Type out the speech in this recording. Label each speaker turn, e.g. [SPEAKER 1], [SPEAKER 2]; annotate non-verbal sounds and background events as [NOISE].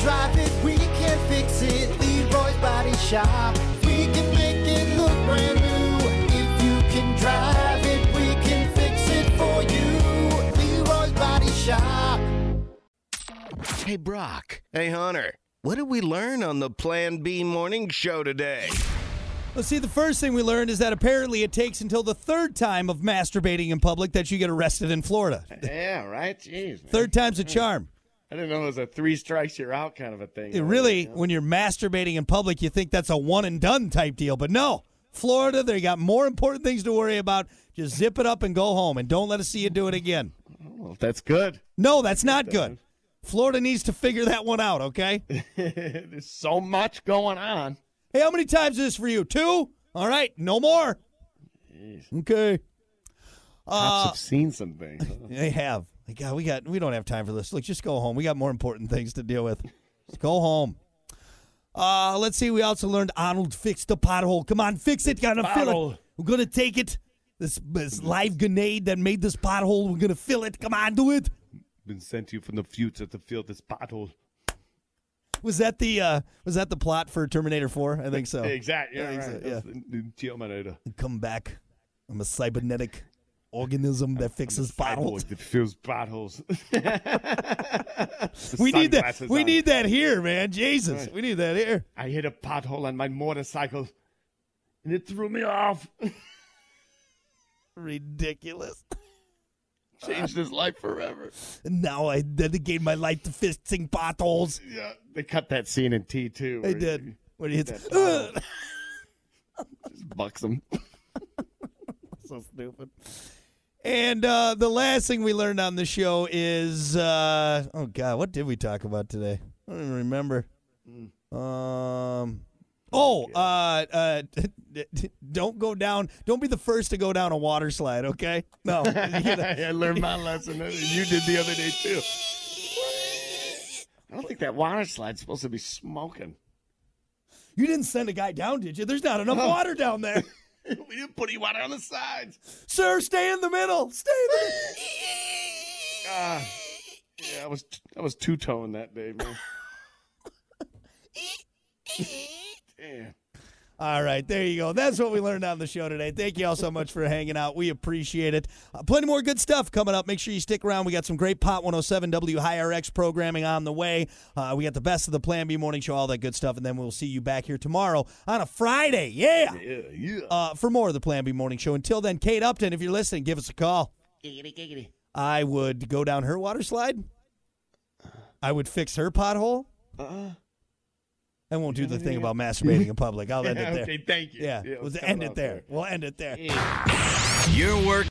[SPEAKER 1] drive it, we can fix it. Leroy's Body Shop. We can make it look brand new. If you can drive it, we can fix it for you. Leroy's Body Shop.
[SPEAKER 2] Hey, Brock. Hey, Hunter. What did we learn on the Plan B morning show today?
[SPEAKER 3] Well, see, the first thing we learned is that apparently it takes until the third time of masturbating in public that you get arrested in Florida.
[SPEAKER 4] Yeah, right. Jeez, man.
[SPEAKER 3] Third time's a charm.
[SPEAKER 4] I didn't know it was a three strikes you're out kind of a thing.
[SPEAKER 3] It really, when you're masturbating in public, you think that's a one and done type deal, but no. Florida, they got more important things to worry about. Just zip it up and go home, and don't let us see you do it again.
[SPEAKER 4] Well, Oh, that's good.
[SPEAKER 3] No, that's not good. Florida needs to figure that one out. Okay.
[SPEAKER 4] There's so much going on.
[SPEAKER 3] Hey, how many times is this for you? Two? All right, no more. Okay.
[SPEAKER 4] Cops
[SPEAKER 3] Uh,
[SPEAKER 4] have seen some
[SPEAKER 3] [LAUGHS]
[SPEAKER 4] things. huh?
[SPEAKER 3] They have. Like, God, we got we don't have time for this. Look, just go home. We got more important things to deal with. Just go home. Uh, let's see. We also learned Arnold fixed the pothole. Come on, fix it. Gotta fill it.
[SPEAKER 4] pothole.
[SPEAKER 3] We're gonna take it. This, this live grenade that made this pothole. We're gonna fill it. Come on, do it.
[SPEAKER 4] Been sent to you from the future to fill this pothole.
[SPEAKER 3] Was that the uh, was that the plot for Terminator Four? I think
[SPEAKER 4] [LAUGHS]
[SPEAKER 3] so.
[SPEAKER 4] Exactly. Yeah,
[SPEAKER 3] exact-
[SPEAKER 4] right.
[SPEAKER 3] yeah.
[SPEAKER 4] That's the new Terminator.
[SPEAKER 3] Come back. I'm a cybernetic organism that fixes potholes.
[SPEAKER 4] Cyborg that fills potholes. [LAUGHS] The
[SPEAKER 3] We need that.
[SPEAKER 4] sunglasses
[SPEAKER 3] We
[SPEAKER 4] on.
[SPEAKER 3] need that here, man. Jesus,
[SPEAKER 4] Right.
[SPEAKER 3] we need that here.
[SPEAKER 4] I hit a pothole on my motorcycle, and it threw me off. [LAUGHS]
[SPEAKER 3] Ridiculous.
[SPEAKER 4] Changed his life forever.
[SPEAKER 3] And now I dedicate my life to fixing potholes.
[SPEAKER 4] Yeah, they cut that scene in T two.
[SPEAKER 3] I did. When he hits,
[SPEAKER 4] That
[SPEAKER 3] Ugh!
[SPEAKER 4] pothole. Just bucks him. [LAUGHS]
[SPEAKER 3] [LAUGHS] so stupid. [LAUGHS] And uh, the last thing we learned on the show is, uh, oh God, what did we talk about today? I don't even remember.
[SPEAKER 4] Mm.
[SPEAKER 3] Um, oh, uh, uh, [LAUGHS] don't go down. Don't be the first to go down a water slide. Okay,
[SPEAKER 4] [LAUGHS]
[SPEAKER 3] no. You know,
[SPEAKER 4] I learned my lesson. and You did the other day too. I don't think that water slide's supposed to be smoking.
[SPEAKER 3] you didn't send a guy down, did you? There's not enough water down there,
[SPEAKER 4] [LAUGHS] we didn't put any water on the sides.
[SPEAKER 3] sir. Stay in the middle. Stay in the middle. [LAUGHS]
[SPEAKER 4] Ah, yeah, I was I was two tone that day, [LAUGHS] man. Damn.
[SPEAKER 3] All right, there you go. That's what we learned on the show today. Thank you all so much for hanging out. We appreciate it. Uh, plenty more good stuff coming up. Make sure you stick around. We got some great Pot 107 WHIRX programming on the way. Uh, we got the best of the Plan B morning show, all that good stuff. And then we'll see you back here tomorrow on a Friday. Yeah.
[SPEAKER 4] Yeah, yeah.
[SPEAKER 3] Uh, for more of the Plan B morning show. Until then, Kate Upton, if you're listening, give us a call.
[SPEAKER 4] giggity, giggity.
[SPEAKER 3] I would go down her water slide, I would fix her pothole.
[SPEAKER 4] Uh,
[SPEAKER 3] I won't do the thing about masturbating in
[SPEAKER 4] [LAUGHS]
[SPEAKER 3] public. I'll end it there.
[SPEAKER 4] okay, thank you.
[SPEAKER 3] Yeah,
[SPEAKER 4] Yeah,
[SPEAKER 3] we'll
[SPEAKER 4] let's cut
[SPEAKER 3] end
[SPEAKER 4] it
[SPEAKER 3] it
[SPEAKER 4] off
[SPEAKER 3] there.
[SPEAKER 4] there.
[SPEAKER 3] We'll end it there.
[SPEAKER 2] Your work.